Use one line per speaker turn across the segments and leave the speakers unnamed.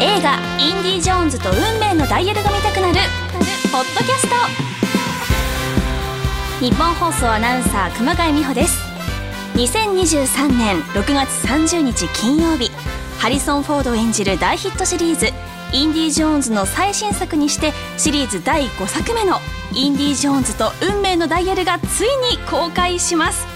映画「インディ・ジョーンズと運命のダイヤル」が見たくなるポッドキャスト日本放送アナウンサー熊谷美穂です2023年6月30日金曜日ハリソン・フォード演じる大ヒットシリーズ「インディ・ジョーンズ」の最新作にしてシリーズ第5作目の「インディ・ジョーンズと運命のダイヤル」がついに公開します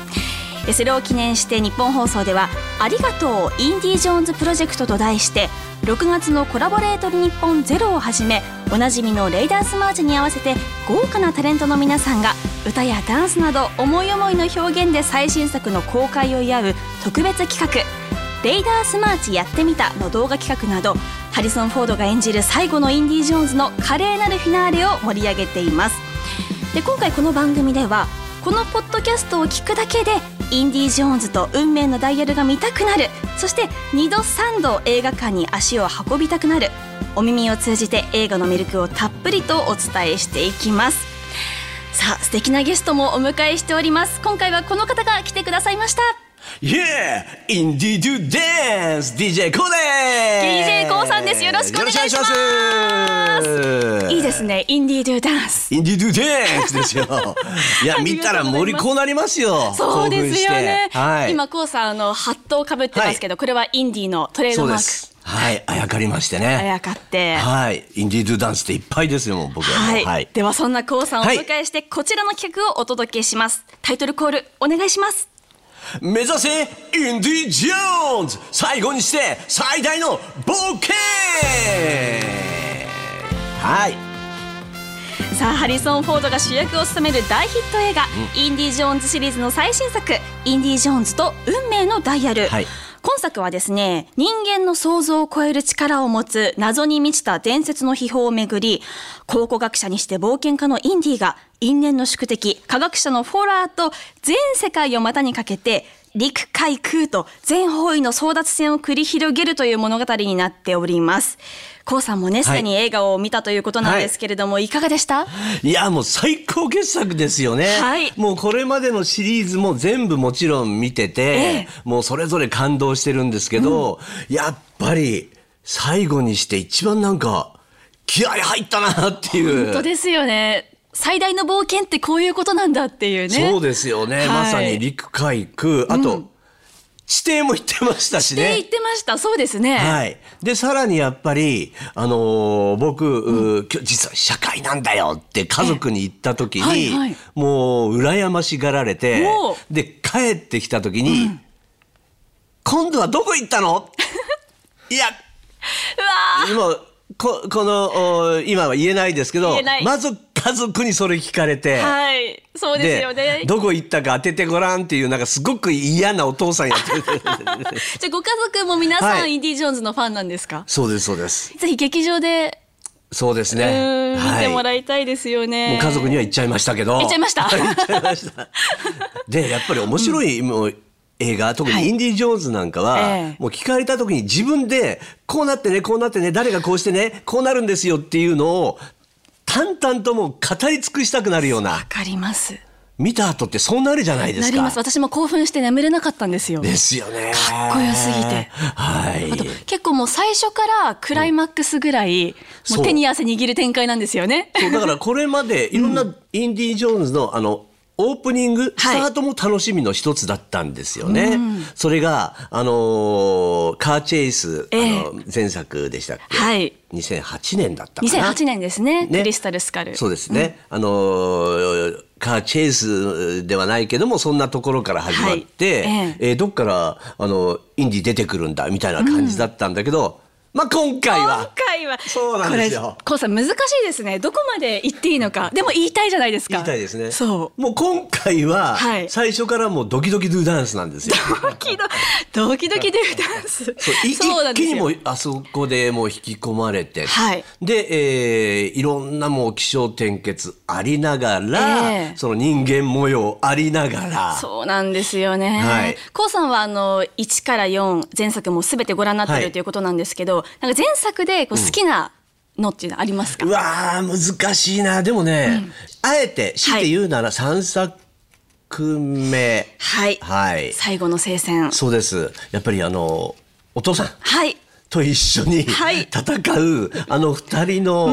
えそれを記念して日本放送では「ありがとうインディ・ジョーンズプロジェクト」と題して6月のコラボレート日本ゼロをはじめおなじみのレイダースマーチに合わせて豪華なタレントの皆さんが歌やダンスなど思い思いの表現で最新作の公開を祝う特別企画「レイダースマーチやってみた」の動画企画などハリソン・フォードが演じる最後のインディ・ジョーンズの華麗なるフィナーレを盛り上げていますで今回この番組ではこのポッドキャストを聞くだけでインディ・ジョーンズと運命のダイヤルが見たくなるそして2度3度映画館に足を運びたくなるお耳を通じて映画の魅力をたっぷりとお伝えしていきますさあ素敵なゲストもお迎えしております今回はこの方が来てくださいました
Yeah! Indie do dance! DJ コーで
DJ コウさんですよろしくお願いします
よろくお願いします
いいですねインディードゥダンス
インディドゥデンスですよ。いや、
あり
見
が
た
とうございます
ら森こうなりますよ。
そうで
興奮
す
し
よ
て
ね、
はい。
今コウさんあのハットをかぶってますけど、これはインディーのトレー
そ
ド
う
マ
で
ーク
す。はい。あやかりまして
あ
ね。
やかって
はい。インディドゥダンスっていっぱいですよ、もう僕はも
は
う。
い、ではそんなコウさんをお迎えして、こちらの企画をお届けしますタイトルコールお願いします
目指せ、インディ・ジョーンズ最後にして、最大の冒険はい。
さあハリソン・フォードが主役を務める大ヒット映画「インディ・ジョーンズ」シリーズの最新作「インディ・ジョーンズと運命のダイヤル」
はい
今作はですね人間の想像を超える力を持つ謎に満ちた伝説の秘宝をめぐり考古学者にして冒険家のインディが因縁の宿敵科学者のフォラーと全世界を股にかけて陸海空と全方位の争奪戦を繰り広げるという物語になっております。コウさんもねすでに映画を見たということなんですけれども、い、かがでした
いやもう最高傑作ですよね、
はい
もうこれまでのシリーズも全部もちろん見てて、
ええ
もうそれぞれ感動してるんですけど、やっぱり最後にして一番なんか気合入ったなっていう
本当ですよね最大の冒険ってこういうことなんだっていうね
そうですよね、
はい
まさに陸海空あと、地底も行ってましたし
って
ね
言ってましたそうですね、
はい。で、さらにやっぱり、あのー僕、うー今日実は社会なんだよって家族に言った時に、
はいはい
もう羨ましがられて
おう、
で、帰ってきた時に、今度はどこ行っ たのいや、
うわ
今、ここのお今は言えないですけど
言えない、
まず家族にそれ聞かれて、
ーはいそうですよね
どこ行ったか当ててごらんっていう、なんかすごく嫌なお父さんやって る。
じゃあご家族も皆さん、
はい
インディ・ジョーンズのファンなんですか
そうです、そうです。
ぜひ劇場で
そうです
う
ね。
ーん見ても
はい
らいたいですよね、
もう家族には行っちゃいましたけど。
行っちゃいました
はい行っちゃいま した。で、やっぱり面白い、もう映画、特
はい
にインディ・ジョーンズなんかは、
ええ
もう聞かれた時に自分で、こうなってね、こうなってね、誰がこうしてね、こうなるんですよっていうのを、淡々ともう語り尽くしたくなるよう
わ
な、
かります
見た後ってそうなるじゃないです
な
か。
ります私も興奮して眠れなかったんですよ
ですよね。
かっこよすぎて
はい
あと。結構もう最初からクライマックスぐらい、
う
も
ん
う手
そう
に汗握る展開なんですよね
そうだからこれまでいろんなインディ・ジョーンズのあのオープニング、スタートも楽しみの一つだったんですよね。それが、あのーカーチェイス、
ええ
あの前作でしたっけ、
はい
2008年だったかな。
2008年ですね
ね
クリスタルスカル
そうですね、あのーカーチェイスではないけどもそんなところから始まって、
はいええ
えーどっからあのインディ出てくるんだみたいな感じだったんだけど、まあ今回
今
は
回は
そうなんですよ
これコウさん難しいですねどこまで言っていいのかでも言いたいじゃないですか
言いたいですね。
そう
もう今回は
はい
最初からもうドキドキドゥダンスなんで すよ。
ドキドドキドキでダンス
そうい
そうなん
一
です
気
よ
にもうあそこでもう引き込まれて、
はい
で、えーいろんなもう気象転結ありながら、
ええ
その人間模様ありながら
そうなんですよね。
はい
こうさんはあの1から4前作もすべてご覧になって
は
る
い
ということなんですけど、なんか前作でこう好きなのっていうのありますか？
うわー難しいなでもね、あえて強いて言うなら3作目
はい、
はい、
最後の聖戦。
そうですやっぱりあのお父さん
はい。
と一緒に
はい
戦う、あの二人の、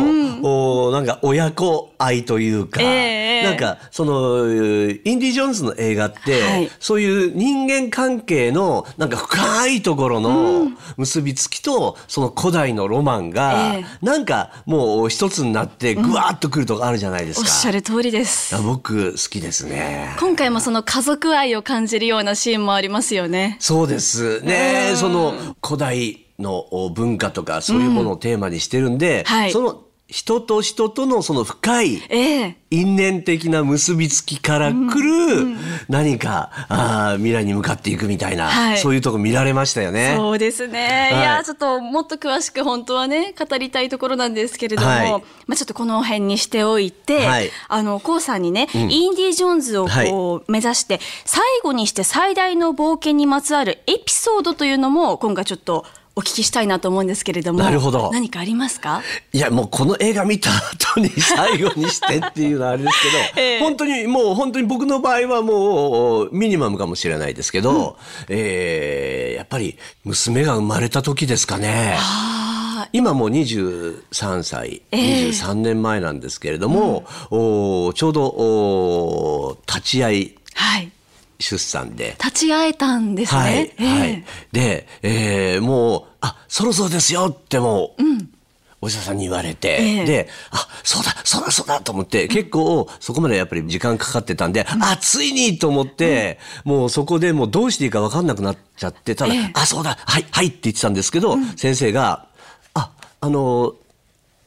おなんか親子愛というか、
ええええ
なんかそのインディ・ジョーンズの映画って、
はい
そういう人間関係のなんか深いところの結びつきと、その古代のロマンが、
え
なんかもう一つになってぐわっとくるとこあるじゃないです
おっ
か。
しゃる通りで
い
す
や僕好きですね。
今回もその家族愛を感じるようなシーンもありますよね
そうですね、
うん
その古代のお文化とかそういうものをテーマにしてるんで、
はい
その人と人とのその深い
ええ
因縁的な結びつきからくる何か、あー未来に向かっていくみたいな、
はい
そういうとこ見られましたよね。
そうですね、
はい
い、やーちょっともっと詳しく本当はね語りたいところなんですけれども、
はい
まあ、ちょっとこの辺にしておいて、
はい
あのコウさんにね、インディ・ジョーンズをこう目指して、最後にして最大の冒険にまつわるエピソードというのも今回ちょっとお聞きしたいなと思うんですけれども
なるほど
何かありますか
いやもうこの映画見た後に最後にしてっていうのはあれですけ ど、
ええ
本当にもう本当に僕の場合はもうミニマムかもしれないですけど、えーやっぱり娘が生まれた時ですかね。今もう23歳、
ええ
23年前なんですけれども、おーちょうどおー立ち会い
はい
出産で、
立ち会えたんですね、
はい、
ええ
はい。で、えーもう、あ、そろそろですよってもう、お医者さんに言われて、
ええ
で、あ、そうだ、そうだ、そうだと思って、結構、そこまでやっぱり時間かかってたんで、あ、ついにと思って、もうそこでもうどうしていいか分かんなくなっちゃって、ただ、
ええ
あ、そうだ、はい、はいって言ってたんですけど、先生が、あ、あの、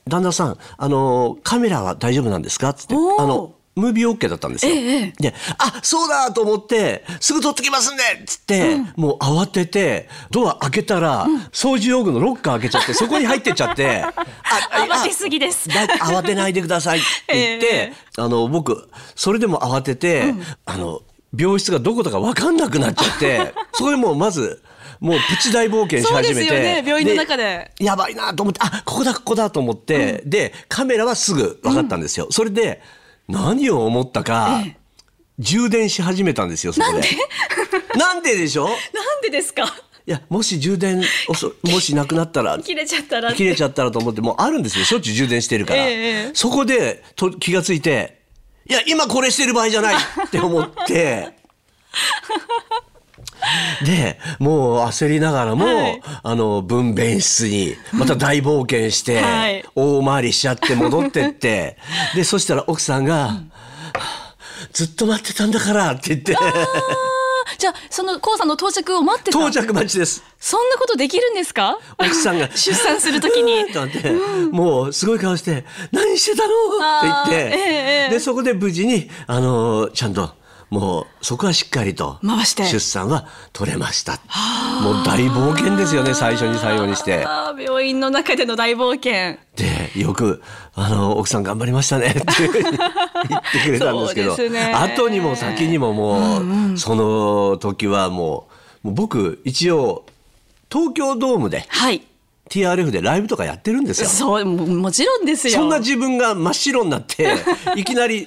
旦那さん、あの、カメラは大丈夫なんですかつって、
おー
あの、ムービーオッケーだったんですよ。
ええ
で、あ、そうだと思って、すぐ取ってきますんでっつって、もう慌てて、ドア開けたら、掃除用具のロッカー開けちゃって、そこに入ってっち ゃって、あ、
慌てすぎです
だ慌てないでくださいって 言って、あの、僕、それでも慌てて、あの、病室がどことか分かんなくなっち ゃって、そこでもうまず、もうプチ大冒険し始めて。
そうですよね病院の中で
やばいなと思って、あ、ここだ、ここだと思って、で、カメラはすぐ分かったんですよ。それで、何を思ったか、充電し始めたんですよ、そ こで。なんででしょ
なんでですか
いや、もし充電、おそもしなくなったら、
切れちゃったら
切れちゃったらと思って、もうあるんですよ、しょっちゅう充電してるか
え
ら。
えええ
そこでと気がついて、いや、今これしてる場合じゃないって 思って、で、もう焦りながらも、
はい
あの、分娩室に、また大冒険して、
はい
大回りしちゃって戻って って、で、そしたら奥さんが、はあずっと待ってたんだからって 言って、
じゃあそのコウさんの到着を待ってた
到着待ちです。
そんなことできるんですか
奥さんが
出産するときに
うーんと待って、もうすごい顔して「何してたの?」って言って
あー、ええ
でそこで無事に、あのーちゃんともうそこはしっかりと
回して
出産は取れましたもう大冒険ですよね最初に最後にして
あー病院の中での大冒険
でよくあのー「奥さん頑張りましたね」っていうふうに 言ってくれたんですけど
そうですね
後にも先にももう、その時はもうもう僕一応東京ドームで
はい
TRF でライブとかやってるんですよ。
そうももちろんですよ
そんな自分が真っ白に なって、いきなり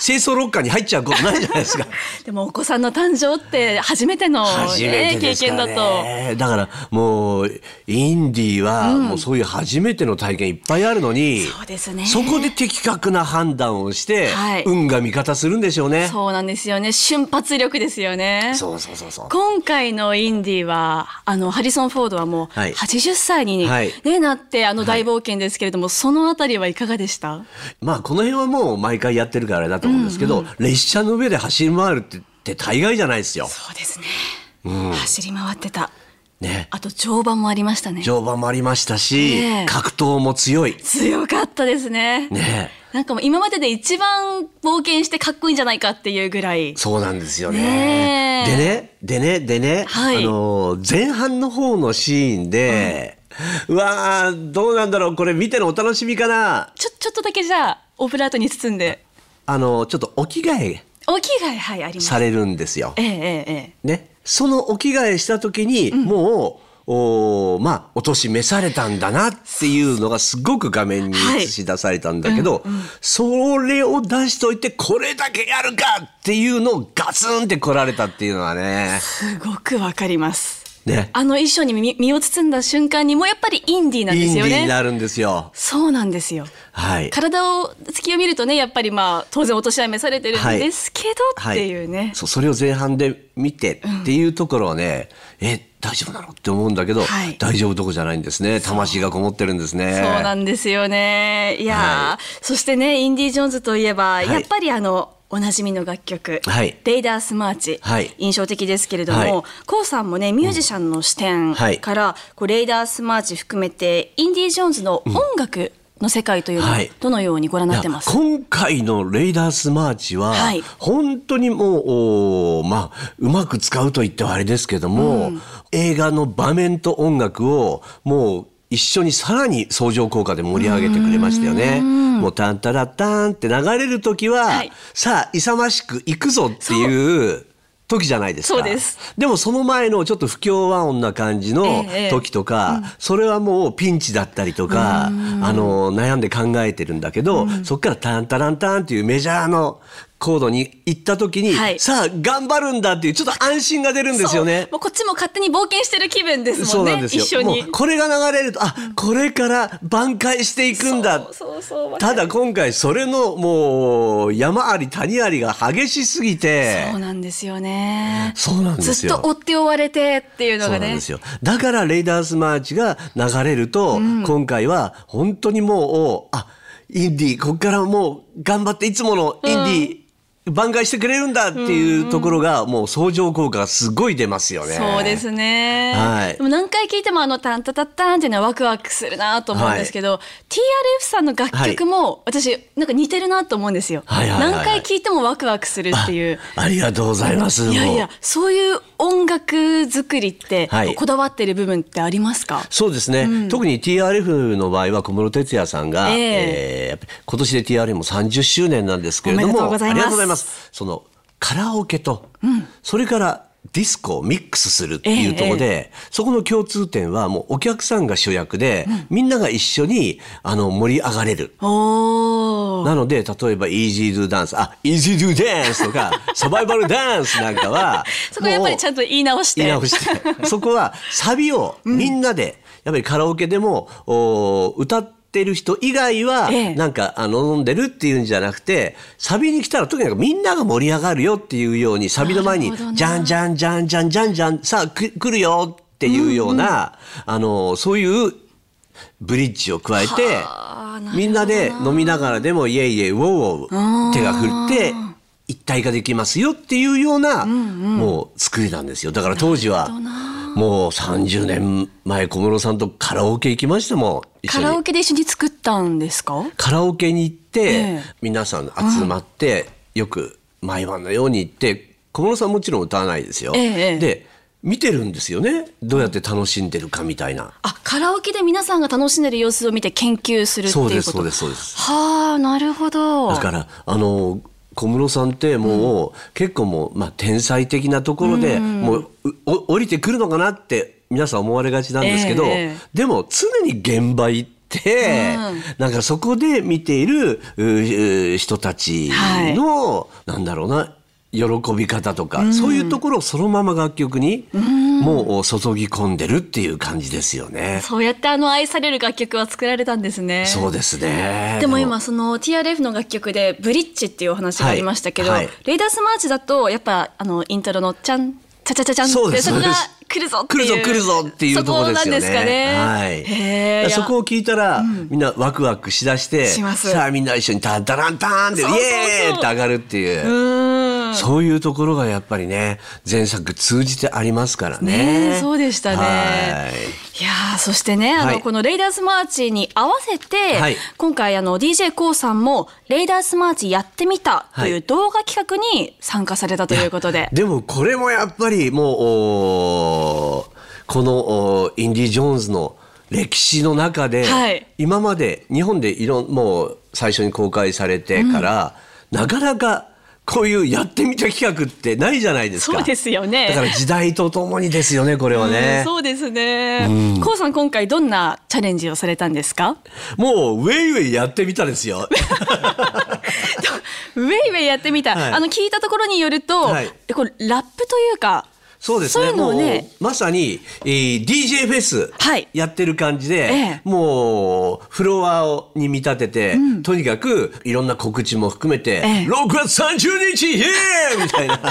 清掃ロッカーに入っちゃうことないじゃないですか。
でもお子さんの誕生って初めての、
初めてですか
ね経験
ら
だと
ね。だからもう、インディーはもうそういう初めての体験いっぱいあるのに、
そうですね
そこで的確な判断をして、
はい
運が味方するんでしょうね。
そうなんですよね瞬発力ですよね
そうそうそうそう。
今回のインディはあのハリソン・フォードはもう
はい
80歳に、ね
はい
なってあの大冒険ですけれども、そのあたりはいかがでした
まあこの辺はもう毎回やってるからあれだと思うんですけど、列車の上で走り回るってって大概じゃないですよ。
そうですね、走り回ってた
ね。
あと乗馬もありましたね
乗馬もありましたし、
ええ
格闘も強い。
強かったですね
ね。
なんかもう今までで一番冒険してかっこいいんじゃないかっていうぐらい。
そうなんですよね。
ね
で
え
ね、でね、でね、
はい
あのー前半の方のシーンで、うわーどうなんだろうこれ見てのお楽しみかな
ちょ、ちょっとだけじゃあ、オブラートに包んで。
あのーちょっとお着替え
お着替え、はい、あります。
されるんですよ。
ええ、ええ、え
ね、そのお着替えした時に、もうおーまあお年召されたんだなっていうのがすごく画面に映し出されたんだけど、それを出しといてこれだけやるかっていうのをガツンって来られたっていうのはね。
え。すごくわかります。
ね
あの衣装に身身を包んだ瞬間にもうやっぱりインディーなんで
イン
す
ディ
よ
ーに
ね。
なるんですよ。
そうなんですよ。
はい。
体を月を見るとねやっぱりまあ当然お年はめされてるん
はい
ですけどっていうね。
そうそれを前半で見てっていうところはね、え大丈夫なのって思うんだけど、
はい
大丈夫どころじゃないんですね魂がこもってるんですね
そうなんですよね。いやー、
は
そしてね、インディ・ジョーンズといえば、
い
やっぱりあの、おなじみの楽曲、
はい
レイダースマーチ、
はい
印象的ですけれども、
はい
コウさんもね、ミュージシャンの視点
はい
から、こうレイダースマーチ含めて、インディ・ジョーンズの音楽の世界というのは
はい、
どのようにご覧になってます
いや今回のレイダースマーチは、
はい
本当にもう、おーまあ、うまく使うと言ってはあれですけども、映画の場面と音楽をもう一緒にさらに相乗効果で盛り上げてくれましたよね。もうタンタラタンって流れる時は、
はい
さあ勇ましく行くぞっていう時じゃないですか。
そうです
でもその前のちょっと不協和音な感じの
ええ
時とか、それはもうピンチだったりとか、あの悩んで考えてるんだけど、そっからタンタランタンっていうメジャーのコードに行った時に、
はい
さあ頑張るんだっていうちょっと安心が出るんですよね
そう。もうこっちも勝手に冒険してる気分です
そ
も
うんなん
ね、
です
一
よ
緒に
もう。これが流れるとあ、これから挽回していくんだ
そうそうそうわか
た
る
だ今回それのもう山あり谷ありが激しすぎて
そうなんですよね。
そうなんです
ずっ
よ
と追って追われてっていうの
そう
が
なん
ね
で。すよ。だからレイダースマーチが流れると、今回は本当にもう、あ、インディー、こっからもう頑張っていつものインディー、挽回してくれるんだっていうところが、もう相乗効果がすごい出ますよね。
そうですね。
はい
でも何回聞いてもあのタンタタッタンっていうのはワクワクするなと思うんですけど、TRF さんの楽曲も私なんか似てるなと思うんですよ。
はいはいはいは
何
い
回聞いてもワクワクするっていう。
あ。ありがとうございます。
いやい
もう
や、そういう音楽作りって
はい
こだわってる部分ってありますか。
そうですね、特に TRF の場合は小室哲哉さんが、
え
え
え
ーやっぱり今年で TRF も30周年なんですけれ
お
ども
めでとうございます
ありがとうございますそのカラオケと、それからディスコをミックスするっていうところで、そこの共通点はもうお客さんが主役で、みんなが一緒にあの盛り上がれる
おお。、
なので、例えば、イージードゥダンス、あ、イージードゥダンスとか、サバイバルダンスなんかは
そこやっぱりちゃんと言い直して
言い直して、そこはサビをみんなで、やっぱりカラオケでも、おー歌ってる人以外は、
ええ
なんか、あの、飲んでるっていうんじゃなくて、サビに来たら、とにかくみんなが盛り上がるよっていうように、サビの前に
なるほど、な
じゃんじゃんじゃんじゃんじゃんじゃん、さあ、く来るよっていうような、あの、そういうブリッジを加えて
はあなるほどな
みんなで飲みながらでもイエイイエイウォーウォー手が振って一体化できますよっていうようなもう作りなんですよだから当時はもう30年前小室さんとカラオケ行きましたもん一
カ
緒
ラオ
に
ケで一緒に作ったんですか。
カラオケに行っ
ええ
て皆さん集まってよく毎晩のように行って小室さんもちろん歌わないですよ
ええええ
で見てるんですよねどうやって楽しんでるかみたいな。
あ、カラオケで皆さんが楽しんでる様子を見て研究するっていう
そう
こと。
ですそうですそうです
はあ、なるほど。
だからあの小室さんってもう、結構もう、まあ、天才的なところで、もううお降りてくるのかなって皆さん思われがちなんですけど、
ええ
でも常に現場行って、なんかそこで見ているうう人たちの、なんだろうな喜び方とか、そういうところをそのまま楽曲に、もう注ぎ込んでるっていう感じですよね。
そうやってあの愛される楽曲は作られたんですね。
そうですね
でも今その TRF の楽曲で「ブリッジ」っていうお話がありましたけど、
はいはい
レイダースマーチだとやっぱあのイントロの「ちゃんちゃちゃちゃちゃん」って
そ
そう
です
こが
そうです
来るぞっていう
来るぞ来るぞっていうところですよね。
そこなんですかね。
は
へ
い。
ー
そこを聞いたら、みんなワクワクしだして、
します
さあみんな一緒にタンタランタンでイエ
そうそうそう
ーイって上がるっていう。そういうところがやっぱりね前作通じてありますからね。
ねえそうでしたね
はい
いやーそしてねあの、
はい
このレイダースマーチに合わせて、
はい
今回あの d j k o さんも「レイダースマーチやってみた」とい
は
う
い
動画企画に参加されたということで。
でもこれもやっぱりもうおーこのおーインディ・ジョーンズの歴史の中で、
はい
今まで日本でいろんもう最初に公開されてから、なかなかこういうやってみた企画ってないじゃないですか。
そうですよね
だから時代とともにですよねこれは
うん
ね。
そうですね。こうさん今回どんなチャレンジをされたんですか？
もうウェイウェイやってみたですよ。
ウェイウェイやってみた。
はい
あの聞いたところによると、
はい
こうラップというか。
そうですね
そういうのをね
もうまさに、えー DJ フェス
はい
やってる感じで、
ええ
もうフロアをに見立てて、とにかくいろんな告知も含めて「
ええ
6月30日イエーイ!」みた いな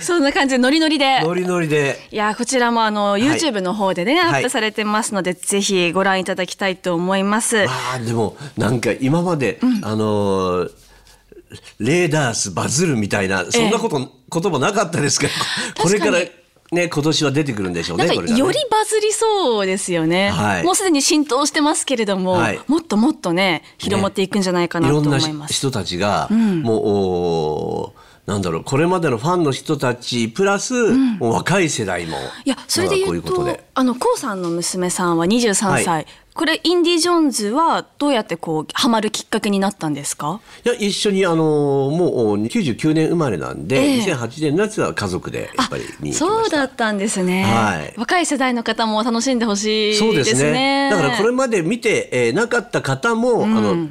そんな感じでノリノリで
ノリノリで。
いやーこちらもあの YouTube の方でね、
はい
アップされてますので、ぜひご覧いただきたいと思います。
あーでもなんか今まで、あのーレーダースバズるみたいなそんなこと、言葉なかったですけどこれから
確か
ね今年は出てくるんでしょう
な
ね
んか
これがね
よりバズりそうですよね、
はい
もうすでに浸透してますけれども、
はい
もっともっとね広まっていくんじゃないかなと思
ろ
い
んな
ます。
人たちが、もうおーなんだろうこれまでのファンの人たちプラス、もう若い世代も
いやそれで言
こういううこととで
あのコウさんの娘さんは23歳、
は
これインディ・ジョーンズはどうやってこうハマるきっかけになったんですか
いや一緒にあのーもうおー99年生まれなんで、
ええ
2008年のやつは家族でやっぱり見に行きました
そうだったんですね、
はい
若い世代の方も楽しんでほしいです
そ
ね
うですねだからこれまで見て、えーなかった方も、あの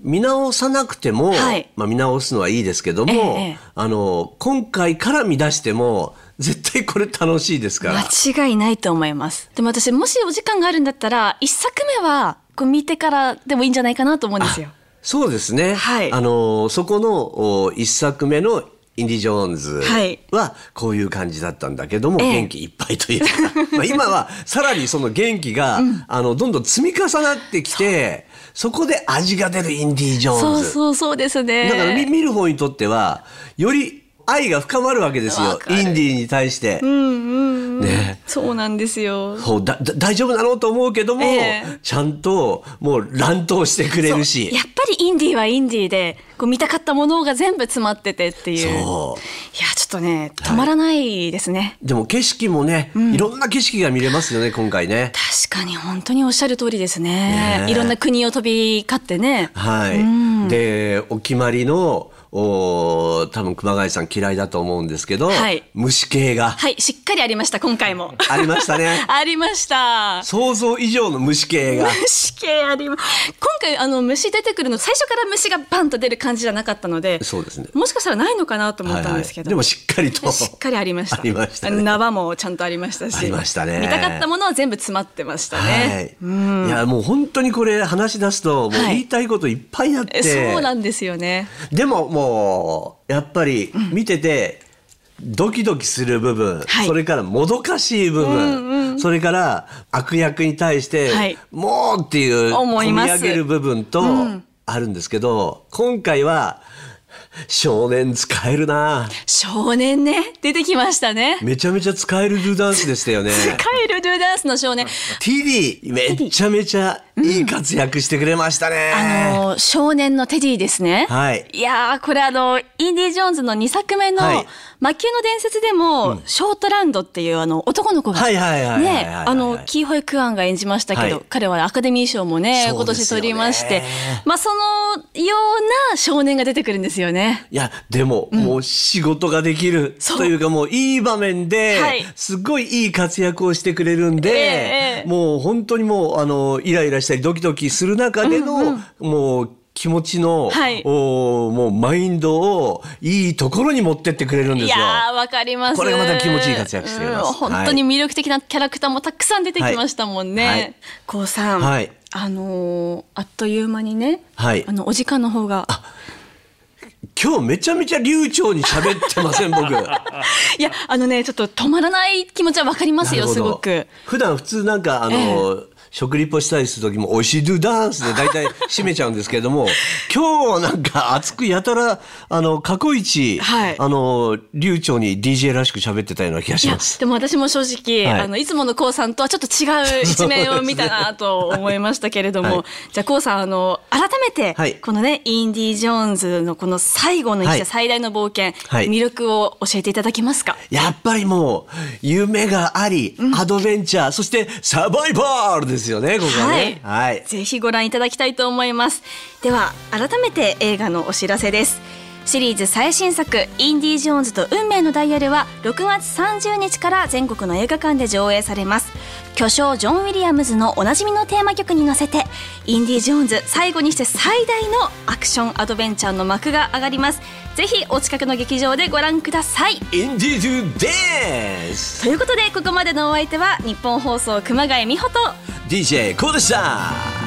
見直さなくても、
はい
まあ、見直すのはいいですけども、
ええええ
あの今回から見出しても絶対これ楽しいですから。
間違いないと思いますでも私もしお時間があるんだったら一作目はこう見てからでもいいんじゃないかなと思うんですよ
そうですね、
はい
あのそこのお一作目の「インディ・ジョーンズ
はい」
はこういう感じだったんだけども、
ええ
元気いっぱいというか まあ今はさらにその元気が、あのどんどん積み重なってきてそこで味が出る「インディ・ジョーンズ」
そうそうそうですね
だから見見る方にとってはより愛が深まるわけです
わ
よ
かる
インディーに対して。ね
そうなんですよ
そうだだ大丈夫なのと思うけども、
ええ
ちゃんともう乱闘してくれるし
やっぱりインディーはインディーでこう見たかったものが全部詰まっててっていういやちょ
そ
っ
う
とね止まらないですね、
でも景色もね、いろんな景色が見れますよね今回ね。
確かに本当におっしゃる通りですね
ねえ
いろんな国を飛び交ってね
はい、でお決まりのおー多分熊谷さん嫌いだと思うんですけど、
はい
虫系が
はいしっかりありました今回も
ありました ね
ありました
想像以上の虫系が。
虫系あります今回あの虫出てくるの最初から虫がバンと出る感じじゃなかったので
そうですね
もしかしたらないのかなと思ったんですけど、
はいはい、でもしっかりと
しっかりありました
ありましたね
縄もちゃんとありましたし
ありましたね
見たかったものは全部詰まってましたね、
はい、いやもう本当にこれ話し出すともう
はい
言いたいこといっぱいあって、
えそうなんですよね
でももうやっぱり見ててドキドキする部分、
はい
それからもどかしい部分、それから悪役に対して、
はい
もうっていう
思い
込
ま
み
す
上げる部分とあるんですけど、今回は少年使えるな
少年ね出てきましたね
めちゃめちゃ使えるルーダンスでした よね。
世界ルドゥダンスの少年
ティディめちゃめちゃいい活躍してくれました
あ
ね。
の少年のテディですね。
はい
やーこれあのインディ・ジョーンズの2作目の
はい
「魔球の伝説」でも、ショートランドっていうあの男の子が
はいはいはいはいはいはい
ねあのキーホイ・クアンが演じましたけど、
はい
彼はアカデミー賞もね
そ
今
うで
年
すよ
取
ね
りましてまあそのような少年が出てくるんですよね。
いやでも、もう仕事ができる
そう
というかもういい場面で、
はい
すごいいい活躍をしてくれるんで、
ええ
もう本当にもうあのイライラしたりドキドキする中での、もう気持ちの、
はい
おもうマインドをいいところに持ってってくれるんで
い
すよ。
やーわかります
これがまた気持ちいい活躍してくれます
うん本当に魅力的なキャラクターもたくさん出てきましたもんね、
はいはい
こうさん、
はい
あのーあっという間にね、
はい
あのお時間の方が
今日めちゃめちゃ流暢に喋ってません僕。
いやあのねちょっと止まらない気持ちはわかりますよ
なる
す
ほど
ごく
普段普通なんかあの、食リポしたりする時も「おいしいドゥダンス」で大体締めちゃうんですけれ ども今日はなんか熱くやたらあの過去一、
はい
あの流暢に DJ らしく喋ってたような気が
い
し
や
ます。
でも私も正直、
はい
あのいつものこうさんとはちょっと違う一面を見たなと思いましたけれども、
はい
じゃあこうさんあの改めて、
はい
このねインディ・ジョーンズのこの最後の一
は
社
い
最大の冒険、
はい
魅力を教えていただけますか
やっぱりもう夢があり、アドベンチャーそしてサバイバルですよねここはね。はい
ぜひご覧いただきたいと思いますでは改めて映画のお知らせですシリーズ最新作「インディ・ジョーンズと運命のダイヤル」は6月30日から全国の映画館で上映されます巨匠ジョン・ウィリアムズのおなじみのテーマ曲に乗せてインディ・ジョーンズ最後にして最大のアクションアドベンチャーの幕が上がりますぜひお近くの劇場でご覧ください
インディーズです
ということでここまでのお相手は日本放送熊谷美穂と
DJ コーでした